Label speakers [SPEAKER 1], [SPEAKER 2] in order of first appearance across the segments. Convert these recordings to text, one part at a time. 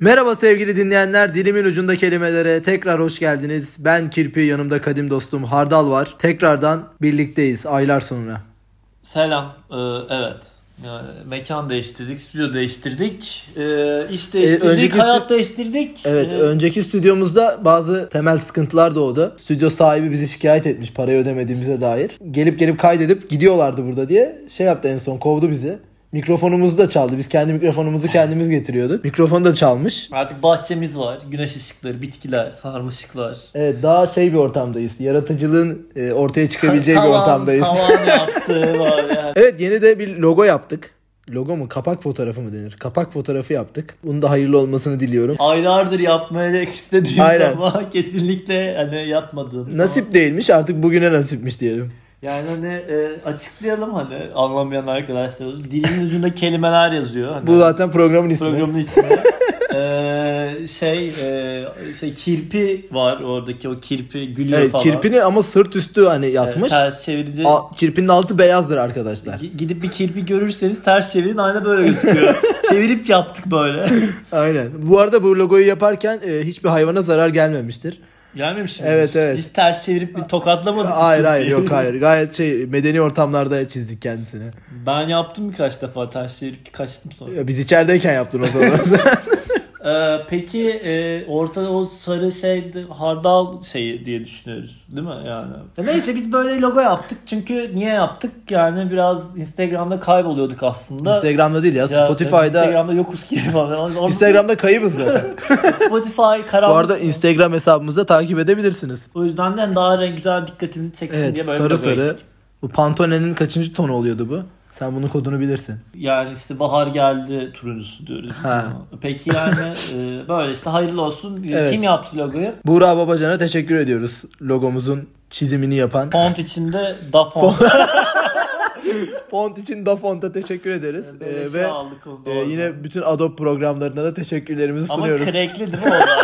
[SPEAKER 1] Merhaba sevgili dinleyenler. Dilimin ucunda kelimelere tekrar hoş geldiniz. Ben Kirpi, yanımda kadim dostum Hardal var. Tekrardan birlikteyiz aylar sonra.
[SPEAKER 2] Selam. Ee, evet. Yani mekan değiştirdik, stüdyo değiştirdik, ee, iş
[SPEAKER 1] Ee,
[SPEAKER 2] değiştirdik,
[SPEAKER 1] önceki
[SPEAKER 2] hayat
[SPEAKER 1] stü-
[SPEAKER 2] değiştirdik.
[SPEAKER 1] Evet,
[SPEAKER 2] Ee,
[SPEAKER 1] önceki stüdyomuzda bazı temel sıkıntılar doğdu. Stüdyo sahibi bizi şikayet etmiş parayı ödemediğimize dair. Gelip gelip kaydedip gidiyorlardı burada diye şey yaptı en son kovdu bizi. Mikrofonumuzu da çaldı. Biz kendi mikrofonumuzu kendimiz getiriyorduk. Mikrofonu da çalmış.
[SPEAKER 2] artık bahçemiz var, güneş ışıkları, bitkiler, sarmaşıklar.
[SPEAKER 1] Evet, daha şey bir ortamdayız. Yaratıcılığın e, ortaya çıkabileceği bir
[SPEAKER 2] Tavan-
[SPEAKER 1] ortamdayız.
[SPEAKER 2] Tavan yaptı var yani.
[SPEAKER 1] Evet yeni de bir logo yaptık. Logo mu? Kapak fotoğrafı mı denir? Kapak fotoğrafı yaptık. Bunun da hayırlı olmasını diliyorum.
[SPEAKER 2] Aylardır yapmaya istediğim
[SPEAKER 1] Aynen.
[SPEAKER 2] ama kesinlikle hani yapmadığım zaman.
[SPEAKER 1] Nasip değilmiş artık bugüne nasipmiş diyelim.
[SPEAKER 2] Yani hani e, açıklayalım hani anlamayan arkadaşlarımız. Dilimin ucunda kelimeler yazıyor. Hani
[SPEAKER 1] Bu zaten programın ismi.
[SPEAKER 2] programın ismi. Ee, şey e, şey kirpi var oradaki o kirpi gülüyor
[SPEAKER 1] Evet,
[SPEAKER 2] falan.
[SPEAKER 1] kirpini ama sırt üstü hani
[SPEAKER 2] Evet,
[SPEAKER 1] yatmış.
[SPEAKER 2] ters çevirince
[SPEAKER 1] A- kirpinin altı beyazdır arkadaşlar.
[SPEAKER 2] gi- gidip bir kirpi görürseniz ters çevirin ayna böyle gözüküyor. Çevirip yaptık böyle.
[SPEAKER 1] Aynen. Bu arada bu logoyu yaparken e, hiçbir hayvana zarar gelmemiştir.
[SPEAKER 2] Gelmemiş mi?
[SPEAKER 1] Evet, evet.
[SPEAKER 2] Biz ters çevirip bir tokatlamadık.
[SPEAKER 1] Hayır hayır
[SPEAKER 2] kirpiyi.
[SPEAKER 1] yok hayır. Gayet şey medeni ortamlarda çizdik kendisini.
[SPEAKER 2] Ben yaptım birkaç defa ters çevirip kaçtım sonra.
[SPEAKER 1] Ya Biz içerideyken yaptın o zaman.
[SPEAKER 2] Ee, peki e, orta o sarı şey de- hardal şeyi diye düşünüyoruz değil mi yani? E neyse biz böyle logo yaptık çünkü niye yaptık yani biraz Instagram'da kayboluyorduk aslında.
[SPEAKER 1] Instagram'da değil ya,
[SPEAKER 2] Ya,
[SPEAKER 1] Spotify'da.
[SPEAKER 2] Instagram'da yokuz ki falan. Orada
[SPEAKER 1] Instagram'da kayıbız zaten.
[SPEAKER 2] Spotify
[SPEAKER 1] Bu
[SPEAKER 2] karanlık.
[SPEAKER 1] arada Instagram hesabımızda takip edebilirsiniz.
[SPEAKER 2] o yüzden de daha renk güzel dikkatinizi çeksin
[SPEAKER 1] Evet
[SPEAKER 2] diye böyle
[SPEAKER 1] sarı
[SPEAKER 2] bir logo
[SPEAKER 1] sarı.
[SPEAKER 2] yaptık.
[SPEAKER 1] Bu Pantone'nin kaçıncı tonu oluyordu bu? Sen bunun kodunu bilirsin.
[SPEAKER 2] Yani işte bahar geldi turuncusu diyoruz. biz
[SPEAKER 1] Ha.
[SPEAKER 2] ona. Peki yani e, böyle işte hayırlı olsun.
[SPEAKER 1] Evet.
[SPEAKER 2] Kim yaptı logoyu?
[SPEAKER 1] Buğra Babacan'a teşekkür ediyoruz. Logomuzun çizimini yapan.
[SPEAKER 2] Font içinde da font.
[SPEAKER 1] Font için da Font'a teşekkür ederiz.
[SPEAKER 2] Böyle
[SPEAKER 1] Ee,
[SPEAKER 2] şey
[SPEAKER 1] ve
[SPEAKER 2] aldık onu,
[SPEAKER 1] e,
[SPEAKER 2] doğru.
[SPEAKER 1] yine bütün Adobe programlarına da teşekkürlerimizi
[SPEAKER 2] Ama
[SPEAKER 1] sunuyoruz.
[SPEAKER 2] crackli değil mi onlar?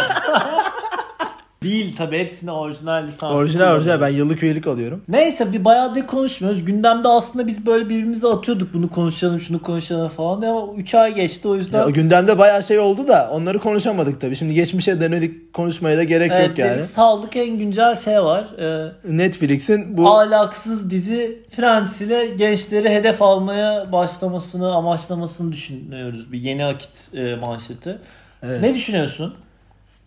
[SPEAKER 2] Değil tabi hepsini orijinal lisans.
[SPEAKER 1] Orijinal orijinal ben yıllık üyelik alıyorum.
[SPEAKER 2] Neyse bir bayağı da konuşmuyoruz. Gündemde aslında biz böyle birbirimize atıyorduk bunu konuşalım şunu konuşalım falan diye ama 3 ay geçti o yüzden.
[SPEAKER 1] Ya, gündemde bayağı şey oldu da onları konuşamadık tabii. Şimdi geçmişe dönük konuşmaya da gerek
[SPEAKER 2] Evet,
[SPEAKER 1] yok
[SPEAKER 2] e, dedik,
[SPEAKER 1] yani.
[SPEAKER 2] sağlık en güncel şey var. Ee,
[SPEAKER 1] Netflix'in bu
[SPEAKER 2] Ahlaksız dizi Friends ile gençleri hedef almaya başlamasını, amaçlamasını düşünüyoruz. Bir yeni akit e, manşeti.
[SPEAKER 1] Evet.
[SPEAKER 2] Ne düşünüyorsun?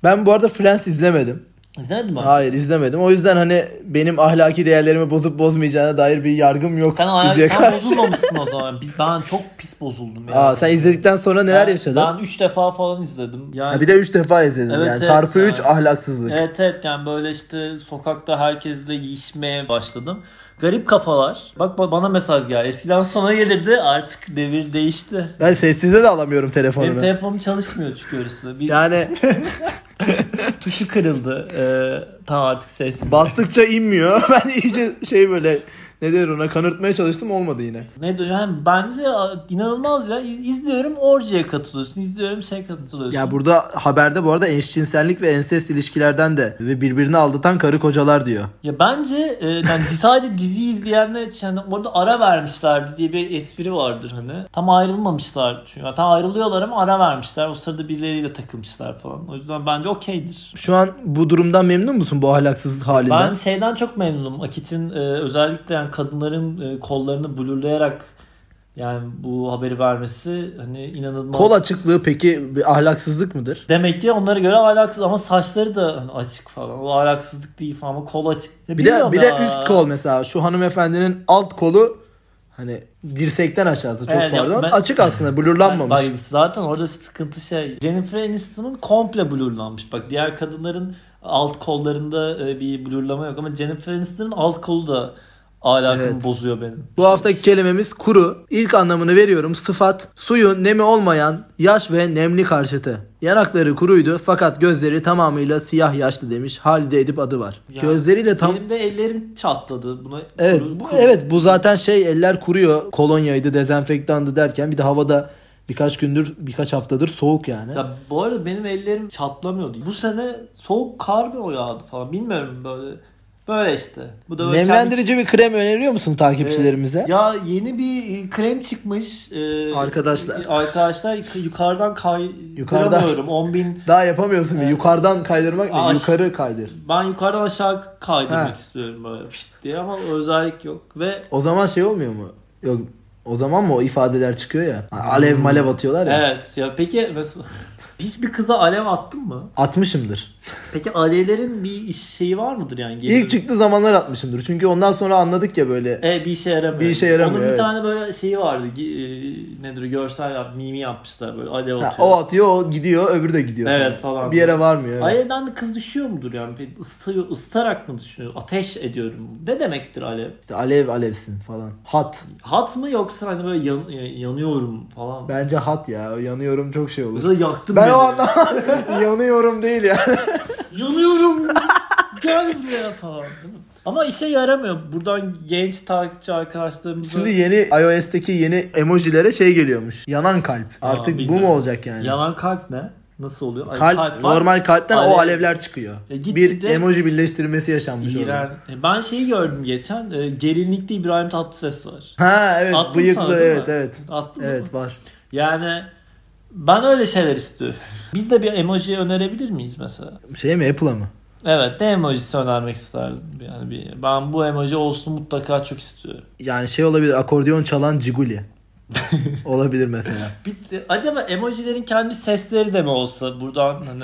[SPEAKER 1] ben bu arada Friends izlemedim.
[SPEAKER 2] İzledin mi?
[SPEAKER 1] Hayır izlemedim. O yüzden hani benim ahlaki değerlerimi bozup bozmayacağına dair bir yargım yok.
[SPEAKER 2] Sen, ayak,
[SPEAKER 1] bize
[SPEAKER 2] sen
[SPEAKER 1] karşı.
[SPEAKER 2] bozulmamışsın o zaman. Biz, ben çok pis bozuldum. ya.
[SPEAKER 1] Aa, sen izledikten sonra neler
[SPEAKER 2] Ben-
[SPEAKER 1] yaşadın?
[SPEAKER 2] Ben 3 defa falan izledim. Yani,
[SPEAKER 1] Ha, bir de 3 defa izledin
[SPEAKER 2] Evet,
[SPEAKER 1] yani.
[SPEAKER 2] evet,
[SPEAKER 1] Çarpı
[SPEAKER 2] yani.
[SPEAKER 1] 3 ahlaksızlık.
[SPEAKER 2] Evet evet yani böyle işte sokakta herkesle giyişmeye başladım. Garip kafalar. Bak ba- bana mesaj geldi. Eskiden sona gelirdi artık devir değişti.
[SPEAKER 1] Ben sessize de alamıyorum telefonunu.
[SPEAKER 2] Benim telefonum çalışmıyor çünkü orası. Bir
[SPEAKER 1] yani
[SPEAKER 2] tuşu kırıldı. Ee, tam artık sessiz.
[SPEAKER 1] bastıkça inmiyor. Ben iyice şey böyle ne der ona kanırtmaya çalıştım olmadı yine.
[SPEAKER 2] Ne diyor? Yani bence a, inanılmaz ya. İz- İzliyorum orjiye katılıyorsun. İzliyorum şey katılıyorsun.
[SPEAKER 1] Ya burada haberde bu arada eşcinsellik ve ensest ilişkilerden de ve birbirini aldatan karı kocalar diyor.
[SPEAKER 2] Ya bence e, yani sadece dizi izleyenler için hani orada ara vermişlerdi diye bir espri vardır hani. Tam ayrılmamışlar çünkü. Yani tam ayrılıyorlar ama ara vermişler. O sırada birileriyle takılmışlar falan. O yüzden bence okeydir.
[SPEAKER 1] Şu an bu durumdan memnun musun bu ahlaksız halinden?
[SPEAKER 2] Ben şeyden çok memnunum. Akit'in e, özellikle yani kadınların e, kollarını blurlayarak yani bu haberi vermesi hani inanılmaz.
[SPEAKER 1] Kol açıklığı peki bir ahlaksızlık mıdır?
[SPEAKER 2] Demek ki onlara göre ahlaksız ama saçları da hani açık falan. O ahlaksızlık değil falan ama kol açık. Ya
[SPEAKER 1] Bir de
[SPEAKER 2] bilmiyorum
[SPEAKER 1] bir de
[SPEAKER 2] ya.
[SPEAKER 1] üst kol mesela şu hanımefendinin alt kolu hani dirsekten aşağısı çok
[SPEAKER 2] Evet, ya
[SPEAKER 1] pardon.
[SPEAKER 2] ben-
[SPEAKER 1] Açık aslında
[SPEAKER 2] Bak,
[SPEAKER 1] blurlanmamış.
[SPEAKER 2] bak zaten orada sıkıntı şey. Jennifer Aniston'ın komple blurlanmış. Bak diğer kadınların alt kollarında e, bir blurlama yok ama Jennifer Aniston'ın alt kolu da alakımı
[SPEAKER 1] Evet.
[SPEAKER 2] bozuyor benim.
[SPEAKER 1] Bu haftaki kelimemiz kuru. İlk anlamını veriyorum. Sıfat, suyu nemi olmayan, yaş ve nemli karşıtı. Yanakları kuruydu fakat gözleri tamamıyla siyah yaşlı demiş. Halide Edip adı var.
[SPEAKER 2] Yani
[SPEAKER 1] Gözleriyle tam...
[SPEAKER 2] Benim de ellerim çatladı. Buna
[SPEAKER 1] Evet,
[SPEAKER 2] kuru-
[SPEAKER 1] bu,
[SPEAKER 2] kuru-
[SPEAKER 1] evet bu zaten şey eller kuruyor. Kolonyaydı, dezenfektandı derken bir de havada birkaç gündür, birkaç haftadır soğuk yani.
[SPEAKER 2] Ya bu arada benim ellerim çatlamıyordu. Bu sene soğuk kar mı o yağdı falan bilmiyorum böyle. Böyle işte. Bu da böyle
[SPEAKER 1] Nemlendirici bir krem öneriyor musun takipçilerimize?
[SPEAKER 2] kendi- Ee, Ya yeni bir e, krem çıkmış. Ee,
[SPEAKER 1] Arkadaşlar.
[SPEAKER 2] Arkadaşlar yuk- yukarıdan
[SPEAKER 1] Yukarıdan.
[SPEAKER 2] kaydıramıyorum. 10 bin.
[SPEAKER 1] Daha yapamıyorsun bir. Yukarıdan kaydırmak mı?
[SPEAKER 2] Aa,
[SPEAKER 1] Yukarı kaydır.
[SPEAKER 2] Ben yukarıdan aşağı kaydırmak
[SPEAKER 1] Ha.
[SPEAKER 2] istiyorum böyle pişt diye ama özellik yok. Ve
[SPEAKER 1] O zaman şey olmuyor mu? Yok o zaman mı o ifadeler çıkıyor ya? Alev malev atıyorlar ya.
[SPEAKER 2] Hmm. evet ya peki mesela hiçbir kıza alev attın mı?
[SPEAKER 1] Atmışımdır.
[SPEAKER 2] Peki alevlerin bir iş- şeyi var mıdır yani? Gibi?
[SPEAKER 1] İlk çıktığı zamanlar atmışımdır. Çünkü ondan sonra anladık ya böyle.
[SPEAKER 2] E bir işe yaramıyor.
[SPEAKER 1] Bir işe yaramıyor,
[SPEAKER 2] Onun bir
[SPEAKER 1] evet.
[SPEAKER 2] tane böyle şeyi vardı. gi- E, nedir o, görsel yap, mimi yapmışlar böyle alev
[SPEAKER 1] Ha,
[SPEAKER 2] atıyor.
[SPEAKER 1] o atıyor, o gidiyor, öbürü de gidiyor.
[SPEAKER 2] Evet,
[SPEAKER 1] sonra.
[SPEAKER 2] falan.
[SPEAKER 1] Bir yere varmıyor. evet.
[SPEAKER 2] Alevden de kız düşüyor mudur yani? Peki Isıtıyor, ısıtarak mı düşüyor? Ateş ediyorum. Ne demektir alev?
[SPEAKER 1] İşte alev alevsin falan. Hat.
[SPEAKER 2] Hat mı yoksa hani böyle yan- e, yanıyorum falan. Ben...
[SPEAKER 1] Bence hat ya. Yanıyorum çok şey olur.
[SPEAKER 2] Burada yaktım
[SPEAKER 1] Ben
[SPEAKER 2] beni.
[SPEAKER 1] o anda yanıyorum değil ya.
[SPEAKER 2] Yanıyorum. Gel buraya falan. değil mi? Ama işe yaramıyor. Buradan genç takipçi arkadaşlarımıza...
[SPEAKER 1] Şimdi yeni iOS'teki yeni emojilere şey geliyormuş. Yanan kalp. Artık bu
[SPEAKER 2] bilmiyorum.
[SPEAKER 1] mu olacak yani?
[SPEAKER 2] Yalan kalp ne? Nasıl oluyor? Ay,
[SPEAKER 1] Kalp,
[SPEAKER 2] kalp var.
[SPEAKER 1] normal kalpten
[SPEAKER 2] Alev.
[SPEAKER 1] o alevler çıkıyor.
[SPEAKER 2] E, gitgide-
[SPEAKER 1] bir emoji birleştirmesi yaşanmış orada.
[SPEAKER 2] İğren. E, Ben şeyi gördüm geçen. E, Gelinlikte İbrahim Tatlıses var.
[SPEAKER 1] Ha evet
[SPEAKER 2] Attım sana
[SPEAKER 1] bıyıklı
[SPEAKER 2] değil mi?
[SPEAKER 1] evet evet.
[SPEAKER 2] Attım
[SPEAKER 1] Evet var.
[SPEAKER 2] Yani ben öyle şeyler istiyorum. Biz de bir emoji önerebilir miyiz mesela?
[SPEAKER 1] Şey mi Apple'a mı?
[SPEAKER 2] Evet ne emojisi önermek isterdim? Yani bir, ben bu emoji olsun mutlaka çok istiyorum.
[SPEAKER 1] Yani şey olabilir akordeon çalan Ciguli. olabilir mesela.
[SPEAKER 2] Bitti. Acaba emojilerin kendi sesleri de mi olsa buradan hani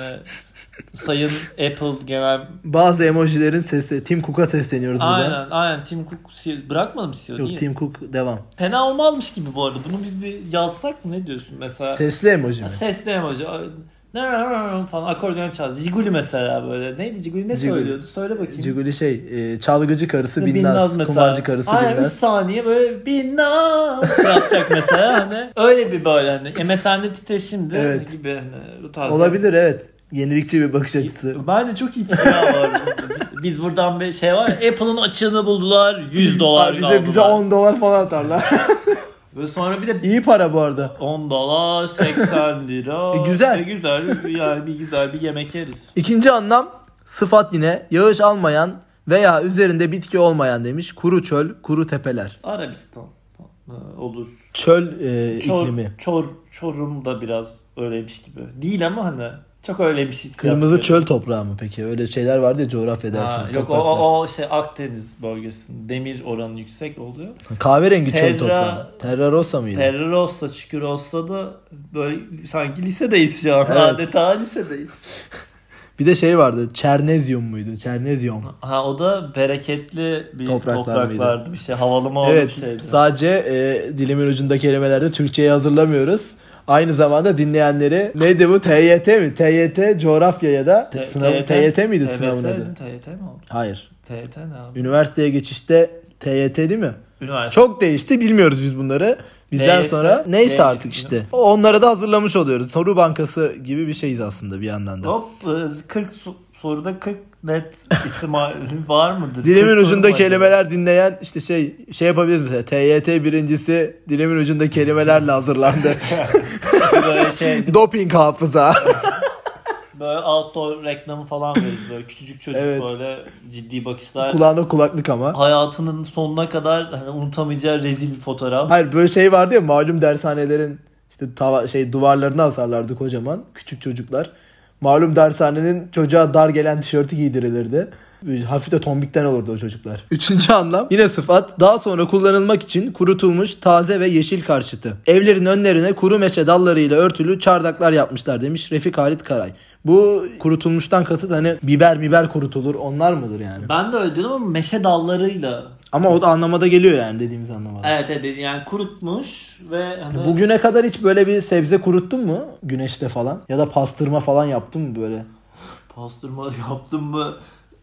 [SPEAKER 2] sayın Apple genel
[SPEAKER 1] Bazı emojilerin sesi Tim Cook'a sesleniyoruz buradan.
[SPEAKER 2] aynen aynen Tim Cook CEO bırakmadı mı CEO
[SPEAKER 1] Yok
[SPEAKER 2] değil mi?
[SPEAKER 1] Tim Cook devam.
[SPEAKER 2] Fena olmazmış gibi bu arada. Bunu biz bir yazsak mı ne diyorsun mesela?
[SPEAKER 1] Sesli emoji mi?
[SPEAKER 2] Sesli emoji. Ay, ne- ne- ne- ne- falan akordeon çal. Ziguli mesela böyle. Neydi Ziguli ne
[SPEAKER 1] Ziguli.
[SPEAKER 2] söylüyordu? Söyle bakayım.
[SPEAKER 1] Ciguli şey e, çalgıcı karısı Binnaz,
[SPEAKER 2] mesela.
[SPEAKER 1] kumarcı karısı
[SPEAKER 2] Aynen 3
[SPEAKER 1] Binnaz.
[SPEAKER 2] saniye böyle Binnaz yapacak mesela hani. Öyle bir böyle hani. MSN'de titreşimdi
[SPEAKER 1] Evet.
[SPEAKER 2] gibi hani bu tarz.
[SPEAKER 1] Olabilir evet. Yenilikçi bir bakış açısı.
[SPEAKER 2] Ben de çok iyi fikir var. Biz buradan bir şey var. ya, Apple'ın açığını buldular. 100 dolar
[SPEAKER 1] Aa, bize bize 10 dolar falan atarlar.
[SPEAKER 2] Ve sonra bir de
[SPEAKER 1] İyi para bu arada.
[SPEAKER 2] 10 dolar 80 lira.
[SPEAKER 1] E, güzel.
[SPEAKER 2] E, güzel. Yani bir güzel bir yemek yeriz.
[SPEAKER 1] İkinci anlam sıfat yine yağış almayan veya üzerinde bitki olmayan demiş. Kuru çöl, kuru tepeler.
[SPEAKER 2] Arabistan e, olur.
[SPEAKER 1] Çöl e,
[SPEAKER 2] Çor,
[SPEAKER 1] iklimi.
[SPEAKER 2] Çor, çorum da biraz öyleymiş gibi. Değil ama hani çok öyle bir şey.
[SPEAKER 1] Kırmızı çöl toprağı mı peki? Öyle şeyler vardı ya coğrafya
[SPEAKER 2] Ha,
[SPEAKER 1] dersin.
[SPEAKER 2] yok o, o, o şey Akdeniz bölgesinde demir oranı yüksek oluyor.
[SPEAKER 1] Kahverengi
[SPEAKER 2] Terra-
[SPEAKER 1] çöl toprağı. Terra Rosa mıydı?
[SPEAKER 2] Terör olsa çükür olsa da böyle sanki lisedeyiz şu an.
[SPEAKER 1] Evet.
[SPEAKER 2] Adeta lisedeyiz.
[SPEAKER 1] bir de şey vardı. Çernezyum muydu? Çernezyum.
[SPEAKER 2] Ha o da bereketli bir
[SPEAKER 1] Topraklar
[SPEAKER 2] topraklardı bir şey. Havalı mı bir
[SPEAKER 1] Evet.
[SPEAKER 2] şeydi.
[SPEAKER 1] Sadece e, dilimin ucunda kelimelerde Türkçeyi hazırlamıyoruz. Aynı zamanda dinleyenleri neydi bu TYT mi? TYT coğrafya ya da
[SPEAKER 2] T-
[SPEAKER 1] sınav TYT, miydi
[SPEAKER 2] TBS
[SPEAKER 1] sınavın adı?
[SPEAKER 2] TYT mi oldu?
[SPEAKER 1] Hayır.
[SPEAKER 2] TYT ne abi?
[SPEAKER 1] Üniversiteye geçişte TYT değil mi?
[SPEAKER 2] Üniversite.
[SPEAKER 1] Çok değişti bilmiyoruz biz bunları. Bizden
[SPEAKER 2] Neyse,
[SPEAKER 1] sonra neyse
[SPEAKER 2] neyse.
[SPEAKER 1] artık işte. Onlara da hazırlamış oluyoruz. Soru bankası gibi bir şeyiz aslında bir yandan da.
[SPEAKER 2] Hop e, 40 so- soruda 40 net ihtimal var mıdır? 40
[SPEAKER 1] Dilimin
[SPEAKER 2] soru
[SPEAKER 1] ucunda
[SPEAKER 2] var yani.
[SPEAKER 1] kelimeler dinleyen işte şey şey yapabiliriz mesela TYT birincisi dilimin ucunda kelimelerle hazırlandı.
[SPEAKER 2] Böyle şey
[SPEAKER 1] Doping hafıza.
[SPEAKER 2] böyle outdoor reklamı falan veririz böyle küçücük çocuk
[SPEAKER 1] Evet.
[SPEAKER 2] böyle ciddi bakışlar.
[SPEAKER 1] Kulağına kulaklık ama.
[SPEAKER 2] Hayatının sonuna kadar hani unutamayacağı rezil bir fotoğraf.
[SPEAKER 1] Hayır böyle şey vardı ya malum dershanelerin işte tava- şey duvarlarına asarlardı kocaman küçük çocuklar. Malum dershanenin çocuğa dar gelen tişörtü giydirilirdi. Hafif de tombikten olurdu o çocuklar. Üçüncü anlam yine sıfat. Daha sonra kullanılmak için kurutulmuş taze ve yeşil karşıtı. Evlerin önlerine kuru meşe dallarıyla örtülü çardaklar yapmışlar demiş Refik Halit Karay. Bu kurutulmuştan kasıt hani biber biber kurutulur onlar mıdır yani?
[SPEAKER 2] Ben de öyle diyordum ama meşe dallarıyla.
[SPEAKER 1] Ama o da anlamada geliyor yani dediğimiz anlamada.
[SPEAKER 2] Evet evet yani kurutmuş ve hani
[SPEAKER 1] Bugüne kadar hiç böyle bir sebze kuruttun mu? Güneşte falan. Ya da pastırma falan yaptın mı böyle?
[SPEAKER 2] pastırma yaptım mı?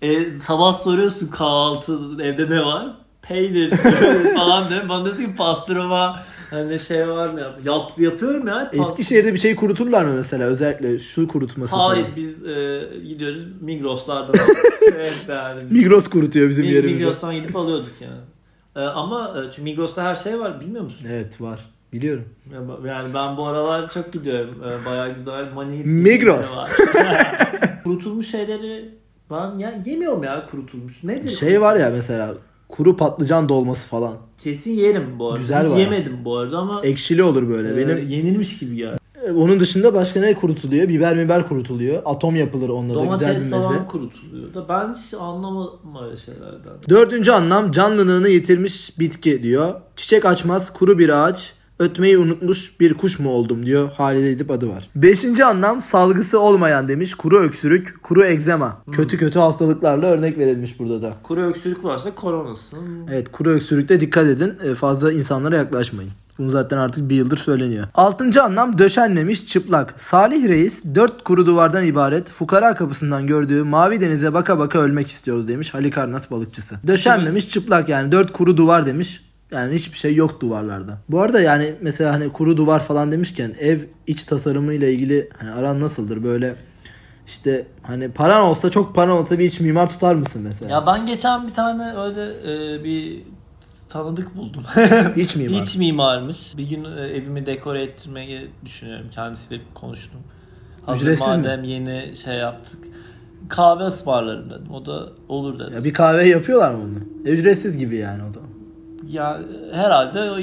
[SPEAKER 2] E, sabah soruyorsun kahvaltı evde ne var? Peynir falan diyorum. Bana diyorsun ki pastırma hani şey var mı? Yap, yap yapıyorum ya. pastırma.
[SPEAKER 1] Eskişehir'de bir şey kuruturlar mı mesela? Özellikle şu kurutması
[SPEAKER 2] Hayır
[SPEAKER 1] falan.
[SPEAKER 2] biz e, gidiyoruz Migros'lardan. evet yani.
[SPEAKER 1] Migros kurutuyor bizim
[SPEAKER 2] Mi-
[SPEAKER 1] yerimizi.
[SPEAKER 2] Migros'tan gidip alıyorduk yani. E, ama e, çünkü Migros'ta her şey var bilmiyor musun?
[SPEAKER 1] Evet var. Biliyorum.
[SPEAKER 2] Yani ben bu aralar çok Ee, gidiyorum. E, bayağı güzel mani
[SPEAKER 1] Migros.
[SPEAKER 2] var. Kurutulmuş şeyleri Ben ya yemiyorum ya kurutulmuş. Nedir?
[SPEAKER 1] Şey var ya mesela kuru patlıcan dolması falan.
[SPEAKER 2] Kesin yerim bu arada.
[SPEAKER 1] Güzel
[SPEAKER 2] Hiç
[SPEAKER 1] var.
[SPEAKER 2] yemedim bu arada ama
[SPEAKER 1] Ekşili olur böyle.
[SPEAKER 2] e,
[SPEAKER 1] Benim
[SPEAKER 2] yenilmiş gibi geldi.
[SPEAKER 1] E, Onun dışında başka ne kurutuluyor? Biber biber kurutuluyor. Atom yapılır onunla da güzel bir
[SPEAKER 2] Domates
[SPEAKER 1] meze.
[SPEAKER 2] falan kurutuluyor. Da ben hiç anlamam öyle şeylerden.
[SPEAKER 1] Dördüncü anlam canlılığını yitirmiş bitki diyor. Çiçek açmaz kuru bir ağaç. Ötmeyi unutmuş bir kuş mu oldum diyor. Halide Edip adı var. Beşinci anlam salgısı olmayan demiş. Kuru öksürük, kuru egzema. Kötü kötü hastalıklarla örnek verilmiş burada da.
[SPEAKER 2] Kuru öksürük varsa koronasın.
[SPEAKER 1] Evet kuru öksürükte dikkat edin. E, Fazla insanlara yaklaşmayın. Bunu zaten artık bir yıldır söyleniyor. Altıncı anlam döşenmemiş çıplak. Salih Reis dört kuru duvardan ibaret fukara kapısından gördüğü mavi denize baka baka ölmek istiyordu demiş Halikarnas balıkçısı. Döşenmemiş çıplak yani dört kuru duvar demiş. Yani hiçbir şey yok duvarlarda. Bu arada yani mesela hani kuru duvar falan demişken ev iç tasarımıyla ilgili hani aran nasıldır böyle işte hani paran olsa çok paran olsa bir iç mimar tutar mısın mesela?
[SPEAKER 2] Ya ben geçen bir tane öyle e, bir tanıdık buldum.
[SPEAKER 1] İç mimar.
[SPEAKER 2] İç mimarmış. Bir gün e, evimi dekore ettirmeyi düşünüyorum. Kendisiyle konuştum. Hazır
[SPEAKER 1] Ücretsiz mi?
[SPEAKER 2] madem yeni şey yaptık. Kahve ısmarlarım dedim. O da olur dedi.
[SPEAKER 1] Ya
[SPEAKER 2] Ya,
[SPEAKER 1] bir kahve yapıyorlar mı bunu? E, Ücretsiz gibi yani o da.
[SPEAKER 2] e, herhalde o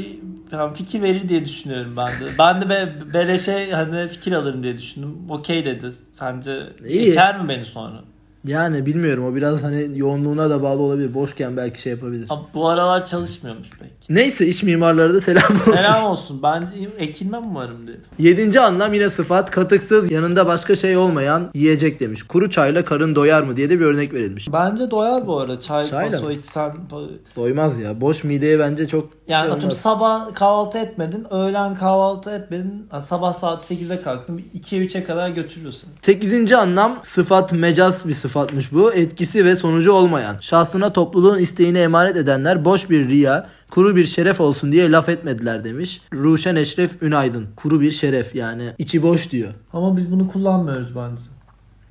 [SPEAKER 2] yani fikir verir diye düşünüyorum ben de. Ben de be, beleşe hani fikir alırım diye düşündüm. Okey dedi. Sence
[SPEAKER 1] İyi.
[SPEAKER 2] İker mi beni sonra?
[SPEAKER 1] Yani bilmiyorum o biraz hani yoğunluğuna da bağlı olabilir. Boşken belki şey yapabilir.
[SPEAKER 2] Ama bu aralar çalışmıyormuş pek.
[SPEAKER 1] Neyse iç mimarlara da selam olsun.
[SPEAKER 2] Selam olsun. Bence ekilmem umarım dedi.
[SPEAKER 1] Yedinci anlam yine sıfat katıksız yanında başka şey olmayan yiyecek demiş. Kuru çayla karın doyar mı diye de bir örnek verilmiş.
[SPEAKER 2] Bence doyar bu arada. Çay,
[SPEAKER 1] Çayla
[SPEAKER 2] paso
[SPEAKER 1] mı?
[SPEAKER 2] içsen.
[SPEAKER 1] Doymaz ya. Boş mideye bence çok şey
[SPEAKER 2] Yani atıyorum
[SPEAKER 1] olmaz.
[SPEAKER 2] sabah kahvaltı etmedin, öğlen kahvaltı etmedin. Ha, sabah saat 8'de kalktın. 2'ye 3'e kadar götürüyorsun.
[SPEAKER 1] Sekizinci anlam sıfat mecaz bir sıfatmış bu. Etkisi ve sonucu olmayan. Şahsına topluluğun isteğini emanet edenler boş bir riya, kuru bir şeref olsun diye laf etmediler demiş. Ruşen Eşref Ünaydın. Kuru bir şeref yani içi boş diyor.
[SPEAKER 2] Ama biz bunu kullanmıyoruz bence.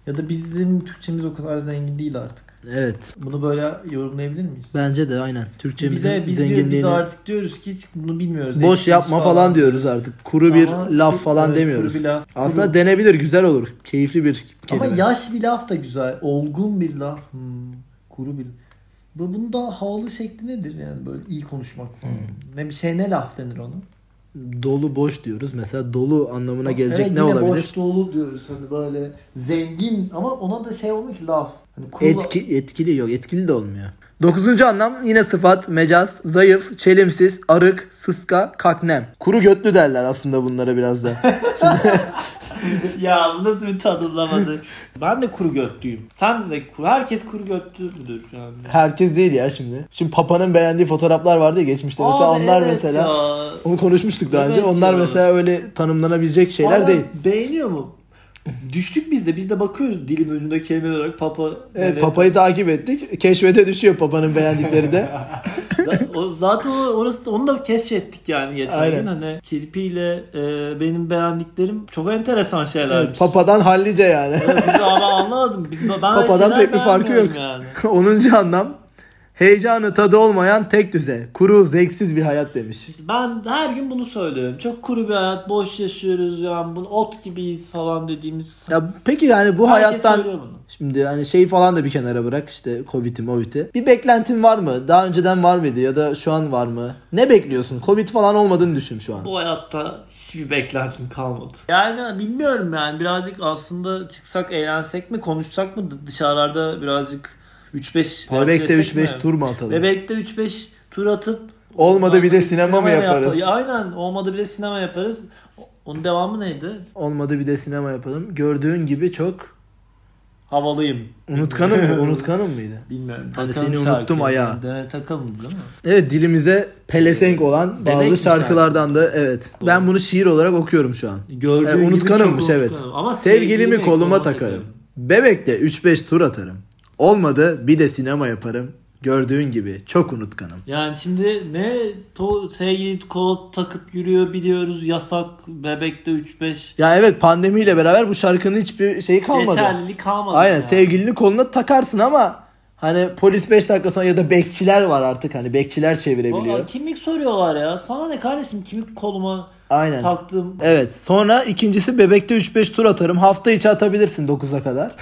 [SPEAKER 2] Ya da bizim Türkçemiz o kadar zengin değil artık.
[SPEAKER 1] Evet.
[SPEAKER 2] Bunu böyle yorumlayabilir miyiz?
[SPEAKER 1] Bence de aynen. Türkçemizin
[SPEAKER 2] Bize, biz, diyor-
[SPEAKER 1] zenginliğini
[SPEAKER 2] biz artık diyoruz ki hiç bunu bilmiyoruz.
[SPEAKER 1] boş
[SPEAKER 2] Eksik
[SPEAKER 1] yapma falan, diyoruz artık. Kuru bir
[SPEAKER 2] Ama
[SPEAKER 1] laf
[SPEAKER 2] kuru-
[SPEAKER 1] falan
[SPEAKER 2] evet,
[SPEAKER 1] demiyoruz.
[SPEAKER 2] kuru bir laf.
[SPEAKER 1] Aslında
[SPEAKER 2] Kuru-
[SPEAKER 1] denebilir, güzel olur. Keyifli bir kelime.
[SPEAKER 2] Ama yaş bir laf da güzel. Olgun bir laf. Hmm, kuru bir Bu Bunun daha havalı şekli nedir yani böyle iyi konuşmak falan.
[SPEAKER 1] Hmm.
[SPEAKER 2] Ne bir şey ne laf denir ona?
[SPEAKER 1] Dolu boş diyoruz. Mesela dolu anlamına gelecek
[SPEAKER 2] Evet,
[SPEAKER 1] ne
[SPEAKER 2] yine
[SPEAKER 1] olabilir?
[SPEAKER 2] boş dolu diyoruz hani böyle zengin ama ona da şey olmuyor ki laf. Hani kuru
[SPEAKER 1] Etki, etkili yok. Etkili de olmuyor. Dokuzuncu anlam yine sıfat, mecaz, zayıf, çelimsiz, arık, sıska, kaknem. Kuru götlü derler aslında bunlara biraz da.
[SPEAKER 2] ya bu nasıl bir tanımlamadı. ben de kuru götlüyüm. Sen de kuru, herkes kuru götlüdür yani.
[SPEAKER 1] Herkes değil ya şimdi. Şimdi Papa'nın beğendiği fotoğraflar vardı ya geçmişte. Mesela
[SPEAKER 2] Abi
[SPEAKER 1] onlar
[SPEAKER 2] evet
[SPEAKER 1] mesela.
[SPEAKER 2] ya.
[SPEAKER 1] Onu konuşmuştuk daha önce.
[SPEAKER 2] Evet
[SPEAKER 1] Onlar
[SPEAKER 2] ya.
[SPEAKER 1] mesela öyle tanımlanabilecek şeyler
[SPEAKER 2] Hala
[SPEAKER 1] değil.
[SPEAKER 2] Beğeniyor mu? Düştük biz de biz de bakıyoruz dilim önünde kelime olarak papa. hani
[SPEAKER 1] Evet,
[SPEAKER 2] neler-
[SPEAKER 1] Papa'yı takip ettik. Keşfete düşüyor Papa'nın beğendikleri de.
[SPEAKER 2] Z- o- Zaten o- orası da- onu da keşfettik yani geçen
[SPEAKER 1] Aynen.
[SPEAKER 2] gün hani kirpiyle e, benim beğendiklerim çok enteresan şeylermiş.
[SPEAKER 1] Evet, Papa'dan hallice yani.
[SPEAKER 2] Biz ama anlamadım. Biz, ben
[SPEAKER 1] Papadan
[SPEAKER 2] şeyler
[SPEAKER 1] pek bir farkı
[SPEAKER 2] beğenmiyorum
[SPEAKER 1] yok.
[SPEAKER 2] Yani.
[SPEAKER 1] 10. anlam. Heyecanı tadı olmayan tek düze. Kuru, zevksiz bir hayat demiş.
[SPEAKER 2] İşte ben her gün bunu söylüyorum. Çok kuru bir hayat, boş yaşıyoruz yani. Bunu ot gibiyiz falan dediğimiz.
[SPEAKER 1] Ya peki yani bu
[SPEAKER 2] Herkes
[SPEAKER 1] hayattan
[SPEAKER 2] söylüyor bunu.
[SPEAKER 1] Şimdi hani şeyi falan da bir kenara bırak işte Covid'i Covid'i. Bir beklentin var mı? Daha önceden var mıydı ya da şu an var mı? Ne bekliyorsun? Covid falan olmadığını düşün şu an.
[SPEAKER 2] Bu hayatta hiçbir beklentim kalmadı. Yani bilmiyorum yani birazcık aslında çıksak eğlensek mi konuşsak mı dışarılarda birazcık 3-5 parti
[SPEAKER 1] Bebekte
[SPEAKER 2] yesek
[SPEAKER 1] 3-5
[SPEAKER 2] mi?
[SPEAKER 1] tur mu atalım?
[SPEAKER 2] Bebekte 3-5 tur atıp
[SPEAKER 1] Olmadı bir de sinema mı
[SPEAKER 2] yap-
[SPEAKER 1] yaparız?
[SPEAKER 2] Ya aynen olmadı bir de sinema yaparız. O- Onun devamı neydi?
[SPEAKER 1] Olmadı bir de sinema yapalım. Gördüğün gibi çok
[SPEAKER 2] Havalıyım.
[SPEAKER 1] unutkanım mı? Unutkanım mıydı?
[SPEAKER 2] Bilmiyorum.
[SPEAKER 1] Hani
[SPEAKER 2] Takalım
[SPEAKER 1] seni
[SPEAKER 2] şarkıyı.
[SPEAKER 1] unuttum ayağa.
[SPEAKER 2] De, takalım değil mi?
[SPEAKER 1] Evet dilimize pelesenk olan
[SPEAKER 2] Bebek
[SPEAKER 1] bazı
[SPEAKER 2] mi
[SPEAKER 1] şarkılardan da evet. Ben bunu şiir olarak okuyorum şu an.
[SPEAKER 2] Gördüğün
[SPEAKER 1] Evet,
[SPEAKER 2] gibi
[SPEAKER 1] unutkanımmış
[SPEAKER 2] çok
[SPEAKER 1] evet.
[SPEAKER 2] E, unutkanım. Ama
[SPEAKER 1] Sevgilimi
[SPEAKER 2] sevgilimi
[SPEAKER 1] koluma
[SPEAKER 2] koluma
[SPEAKER 1] takarım.
[SPEAKER 2] takarım.
[SPEAKER 1] Bebekte 3-5 tur atarım. Olmadı bir de sinema yaparım. Gördüğün gibi çok unutkanım.
[SPEAKER 2] Yani şimdi ne to sevgili kola takıp yürüyor biliyoruz yasak bebekte 3-5
[SPEAKER 1] Ya evet pandemiyle beraber bu şarkının hiçbir şeyi kalmadı.
[SPEAKER 2] geçerliliği kalmadı.
[SPEAKER 1] Aynen
[SPEAKER 2] yani.
[SPEAKER 1] sevgilini koluna takarsın ama Hani polis 5 dakika sonra ya da bekçiler var artık hani bekçiler çevirebiliyor.
[SPEAKER 2] Valla kimlik soruyorlar ya. Sana ne kardeşim kimlik koluma
[SPEAKER 1] Aynen.
[SPEAKER 2] taktım.
[SPEAKER 1] Evet sonra ikincisi bebekte 3-5 tur atarım. Hafta içi atabilirsin 9'a kadar.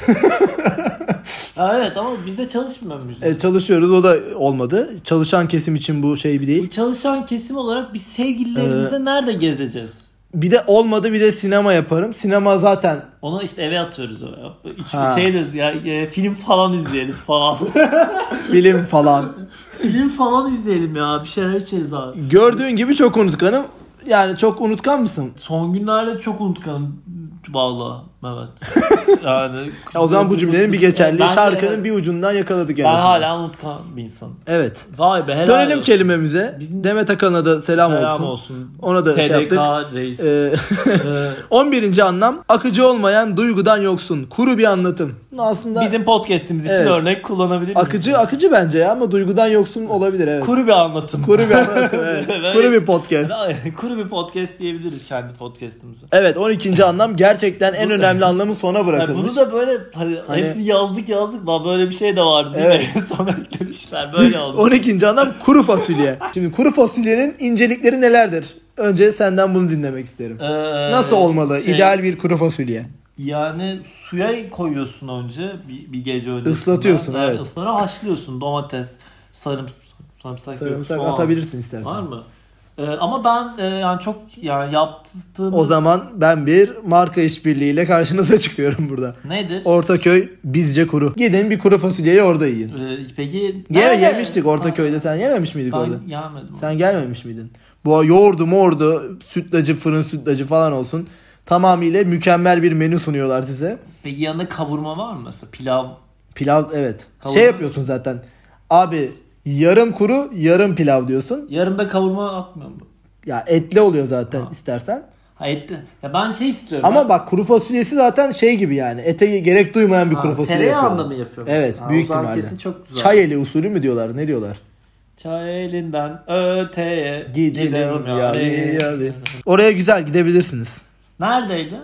[SPEAKER 2] Ha, evet ama bizde çalışmıyor müzik.
[SPEAKER 1] E, çalışıyoruz o da olmadı. Çalışan kesim için bu şey bir değil.
[SPEAKER 2] Bu çalışan kesim olarak biz
[SPEAKER 1] Ee,
[SPEAKER 2] sevgililerimizle nerede gezeceğiz?
[SPEAKER 1] Bir de olmadı bir de sinema yaparım. Sinema zaten
[SPEAKER 2] Onu işte eve atıyoruz o. Üç,
[SPEAKER 1] Ha.
[SPEAKER 2] şey diyoruz ya e, film falan izleyelim falan.
[SPEAKER 1] film falan.
[SPEAKER 2] film falan izleyelim ya bir şeyler içeriz abi.
[SPEAKER 1] Gördüğün gibi çok unutkanım. Yani çok unutkan mısın?
[SPEAKER 2] Son günlerde çok unutkanım valla Mehmet. Yani
[SPEAKER 1] Ya o zaman bu cümlenin bir geçerliği
[SPEAKER 2] Ben de-
[SPEAKER 1] şarkının bir ucundan yakaladık en
[SPEAKER 2] Ben
[SPEAKER 1] azından.
[SPEAKER 2] hala unutkan bir insanım.
[SPEAKER 1] Evet.
[SPEAKER 2] Vay be helal
[SPEAKER 1] Dönelim
[SPEAKER 2] olsun.
[SPEAKER 1] kelimemize.
[SPEAKER 2] Bizim-
[SPEAKER 1] Demet Akalın'a da selam,
[SPEAKER 2] Selam
[SPEAKER 1] olsun.
[SPEAKER 2] olsun.
[SPEAKER 1] Ona da şey
[SPEAKER 2] TDK
[SPEAKER 1] yaptık.
[SPEAKER 2] reis.
[SPEAKER 1] Ee,
[SPEAKER 2] Ee,
[SPEAKER 1] 11. anlam akıcı olmayan duygudan yoksun. Kuru bir anlatım. Aslında
[SPEAKER 2] Bizim podcast'imiz için
[SPEAKER 1] Evet.
[SPEAKER 2] örnek kullanabilir miyiz?
[SPEAKER 1] akıcı akıcı bence ya ama duygudan yoksun olabilir evet.
[SPEAKER 2] Kuru bir anlatım.
[SPEAKER 1] Kuru bir anlatım evet.
[SPEAKER 2] Böyle-
[SPEAKER 1] Kuru bir podcast.
[SPEAKER 2] Kuru bir podcast diyebiliriz kendi podcast'ımıza.
[SPEAKER 1] Evet 12. anlam gerçekten en önemli anlamı sona
[SPEAKER 2] Yani
[SPEAKER 1] bırakılmış.
[SPEAKER 2] bunu da böyle hani,
[SPEAKER 1] Hani-
[SPEAKER 2] hepsini yazdık yazdık daha böyle bir şey de vardı değil mi? Sana eklemişler böyle oldu.
[SPEAKER 1] 12. anlam kuru fasulye. Şimdi kuru fasulyenin incelikleri nelerdir? Önce senden bunu dinlemek isterim.
[SPEAKER 2] Ee,
[SPEAKER 1] Nasıl olmalı
[SPEAKER 2] şey-
[SPEAKER 1] ideal bir kuru fasulye?
[SPEAKER 2] Yani suya koyuyorsun önce bir, bir gece öncesinde.
[SPEAKER 1] Islatıyorsun,
[SPEAKER 2] Yani
[SPEAKER 1] evet.
[SPEAKER 2] ıslara haşlıyorsun domates, sarımsak, sarımsak,
[SPEAKER 1] Sarımsak
[SPEAKER 2] soğan.
[SPEAKER 1] atabilirsin istersen.
[SPEAKER 2] Var mı? Ee, ama ben e, yani çok yani yaptığım
[SPEAKER 1] O zaman ben bir marka işbirliğiyle karşınıza çıkıyorum burada.
[SPEAKER 2] nedir?
[SPEAKER 1] Ortaköy bizce kuru. Gidin bir kuru fasulyeyi orada yiyin.
[SPEAKER 2] Ee, peki
[SPEAKER 1] Ye,
[SPEAKER 2] Nerede?
[SPEAKER 1] yemiştik Ortaköy'de. Sen yememiş miydik
[SPEAKER 2] Ben
[SPEAKER 1] orada?
[SPEAKER 2] yemedim.
[SPEAKER 1] Sen gelmemiş miydin? Bu yoğurdu mordu, sütlacı, fırın sütlacı falan olsun. Tamamıyla mükemmel bir menü sunuyorlar size.
[SPEAKER 2] Peki yanında kavurma var mı mesela? Pilav.
[SPEAKER 1] Pilav evet.
[SPEAKER 2] Kavurma.
[SPEAKER 1] Şey yapıyorsun zaten. Abi yarım kuru, yarım pilav diyorsun.
[SPEAKER 2] Yarım da kavurma atmıyor mu?
[SPEAKER 1] Ya etli oluyor zaten
[SPEAKER 2] Ha.
[SPEAKER 1] istersen.
[SPEAKER 2] Ha etti. Ya ben şey istiyorum.
[SPEAKER 1] Ama
[SPEAKER 2] ben...
[SPEAKER 1] bak kuru fasulyesi zaten şey gibi yani. Ete gerek duymayan bir
[SPEAKER 2] Ha,
[SPEAKER 1] kuru fasulye
[SPEAKER 2] tereyağında
[SPEAKER 1] yapıyorlar.
[SPEAKER 2] mı yapıyormuş?
[SPEAKER 1] Evet,
[SPEAKER 2] Ha,
[SPEAKER 1] büyük
[SPEAKER 2] o zaman
[SPEAKER 1] ihtimalle.
[SPEAKER 2] kesin çok güzel.
[SPEAKER 1] Çay eli usulü mü diyorlar? Ne diyorlar?
[SPEAKER 2] Çay elinden öteye
[SPEAKER 1] Gidelim ya. yani. Oraya güzel gidebilirsiniz.
[SPEAKER 2] Neredeydi?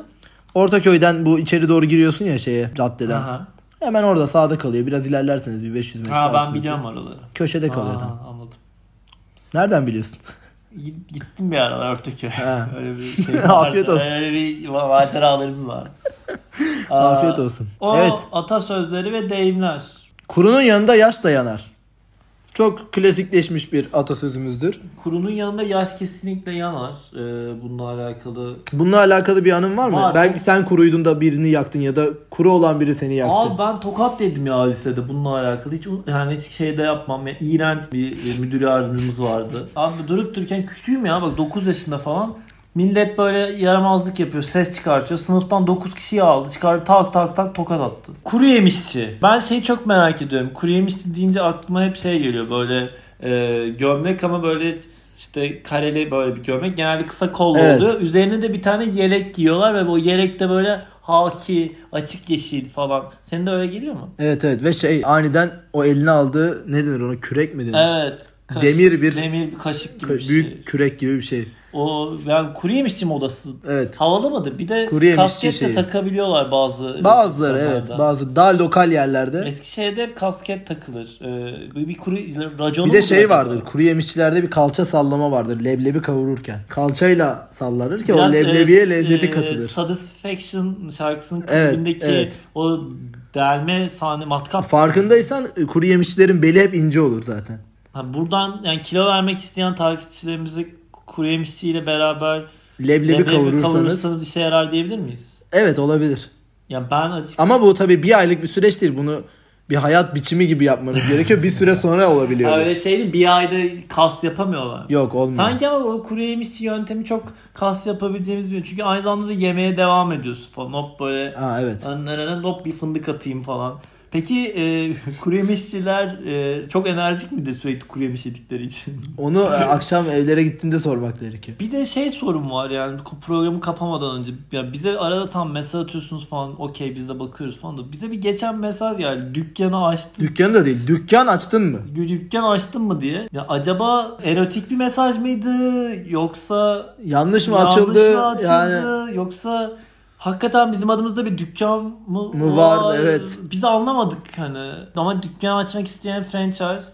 [SPEAKER 1] Ortaköy'den bu içeri doğru giriyorsun ya şeye caddeden.
[SPEAKER 2] Aha.
[SPEAKER 1] Hemen orada sağda kalıyor. Biraz ilerlerseniz bir 500 metre.
[SPEAKER 2] Ha ben
[SPEAKER 1] altında.
[SPEAKER 2] biliyorum oraları.
[SPEAKER 1] Köşede kalıyor
[SPEAKER 2] Aa,
[SPEAKER 1] adam.
[SPEAKER 2] anladım.
[SPEAKER 1] Nereden biliyorsun?
[SPEAKER 2] Git- Gittim bir aralar Ortaköy'e.
[SPEAKER 1] Ha.
[SPEAKER 2] Öyle bir şey vardı.
[SPEAKER 1] Afiyet olsun.
[SPEAKER 2] Öyle bir ma- maceralarımız var. Aa,
[SPEAKER 1] Afiyet olsun.
[SPEAKER 2] O
[SPEAKER 1] Evet.
[SPEAKER 2] atasözleri ve deyimler.
[SPEAKER 1] Kurunun yanında yaş da yanar. Çok klasikleşmiş bir atasözümüzdür.
[SPEAKER 2] Kurunun yanında yaş kesinlikle yanar. Ee, bununla alakalı.
[SPEAKER 1] Bununla alakalı bir anın var mı?
[SPEAKER 2] Var.
[SPEAKER 1] Belki sen kuruydun da birini yaktın ya da kuru olan biri seni yaktı.
[SPEAKER 2] Abi ben tokat dedim ya lisede bununla alakalı. Hiç un- yani hiç şey de yapmam. Ya, iğrenç bir e, müdür yardımcımız vardı. Abi durup dururken küçüğüm ya bak 9 yaşında falan. Millet böyle yaramazlık yapıyor, ses çıkartıyor. Sınıftan 9 kişiyi aldı, çıkardı tak tak tak tokat attı. Kuru yemişçi. Ben şeyi çok merak ediyorum. Kuru yemişçi deyince aklıma hep şey geliyor böyle e, gömlek ama böyle işte kareli böyle bir gömlek. Genelde kısa kollu
[SPEAKER 1] Evet.
[SPEAKER 2] oluyor. Üzerine de bir tane yelek giyiyorlar ve bu yelek de böyle haki, açık yeşil falan. Senin de öyle geliyor mu?
[SPEAKER 1] Evet evet ve şey aniden o eline aldığı ne denir ona kürek mi denir?
[SPEAKER 2] Evet.
[SPEAKER 1] Demir bir-
[SPEAKER 2] demir bir kaşık gibi
[SPEAKER 1] Kö-
[SPEAKER 2] bir
[SPEAKER 1] Büyük
[SPEAKER 2] şey.
[SPEAKER 1] kürek gibi bir şey.
[SPEAKER 2] O yani kuru yemişçi modası.
[SPEAKER 1] Evet.
[SPEAKER 2] Havalı mıdır? Bir de
[SPEAKER 1] Kuru yemişçi
[SPEAKER 2] kasket de
[SPEAKER 1] şeyi.
[SPEAKER 2] takabiliyorlar bazı.
[SPEAKER 1] Bazıları evet
[SPEAKER 2] insanlarda.
[SPEAKER 1] bazı daha lokal yerlerde.
[SPEAKER 2] Eskişehir'de hep kasket takılır. Ee, bir, bir kuru raconu
[SPEAKER 1] Bir
[SPEAKER 2] mudur
[SPEAKER 1] de şey
[SPEAKER 2] acaba?
[SPEAKER 1] vardır kuru yemişçilerde bir kalça sallama vardır leblebi kavururken. Kalçayla sallanır ki o
[SPEAKER 2] Biraz,
[SPEAKER 1] leblebiye
[SPEAKER 2] e,
[SPEAKER 1] lezzeti
[SPEAKER 2] e,
[SPEAKER 1] katılır.
[SPEAKER 2] Satisfaction şarkısının
[SPEAKER 1] Evet,
[SPEAKER 2] klibindeki
[SPEAKER 1] evet.
[SPEAKER 2] o delme sahne matkap.
[SPEAKER 1] Farkındaysan e, kuru yemişçilerin beli hep ince olur zaten.
[SPEAKER 2] Ha, buradan yani kilo vermek isteyen takipçilerimizi kuru yemişçiyle beraber
[SPEAKER 1] Leblebi,
[SPEAKER 2] leblebi
[SPEAKER 1] kavurursanız.
[SPEAKER 2] kavurursanız işe yarar diyebilir miyiz?
[SPEAKER 1] Evet olabilir.
[SPEAKER 2] Ya ben açık
[SPEAKER 1] Ama bu tabii bir aylık bir süreç değil. Bunu bir hayat biçimi gibi yapmanız gerekiyor. Bir süre sonra olabiliyor.
[SPEAKER 2] Ha, öyle şey değil bir ayda kas yapamıyorlar.
[SPEAKER 1] Yok olmuyor.
[SPEAKER 2] Sanki ama o kuru yemişçi yöntemi çok kas yapabileceğimiz bir Çünkü aynı zamanda da yemeğe devam ediyorsun falan. Hop böyle
[SPEAKER 1] Aa, evet.
[SPEAKER 2] Anlarına hop bir fındık atayım falan. Peki e, kuru yemişçiler e, çok enerjik midir sürekli kuru yemiş yedikleri için?
[SPEAKER 1] Onu e, akşam evlere gittiğinde sormak gerekiyor.
[SPEAKER 2] Bir de şey sorun var yani programı kapamadan önce. Ya bize arada tam mesaj atıyorsunuz falan. Okey biz de bakıyoruz falan da. Bize bir geçen mesaj geldi. Dükkanı açtın.
[SPEAKER 1] Dükkanı da değil. Dükkan açtın mı?
[SPEAKER 2] Dükkan açtın mı diye. Ya acaba erotik bir mesaj mıydı yoksa
[SPEAKER 1] Yanlış mı
[SPEAKER 2] yanlış
[SPEAKER 1] açıldı?
[SPEAKER 2] mı açıldı
[SPEAKER 1] Yani
[SPEAKER 2] yoksa Hakikaten bizim adımızda bir dükkan mı,
[SPEAKER 1] Mı var, evet.
[SPEAKER 2] Biz anlamadık hani. Ama dükkan açmak isteyen franchise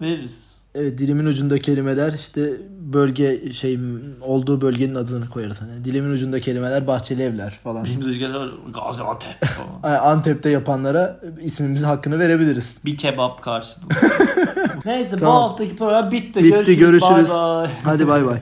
[SPEAKER 2] veririz.
[SPEAKER 1] Evet dilimin ucunda kelimeler işte bölge şey olduğu bölgenin adını koyarız hani. Dilimin ucunda kelimeler bahçeli evler falan.
[SPEAKER 2] Bizim çocuklar şey Gaziantep falan.
[SPEAKER 1] Yani Antep'te yapanlara ismimizin hakkını verebiliriz.
[SPEAKER 2] bir kebap karşılığı. Neyse
[SPEAKER 1] Tamam.
[SPEAKER 2] bu haftaki program bitti.
[SPEAKER 1] Bitti, görüşürüz.
[SPEAKER 2] Bay bay.
[SPEAKER 1] Hadi bay bay.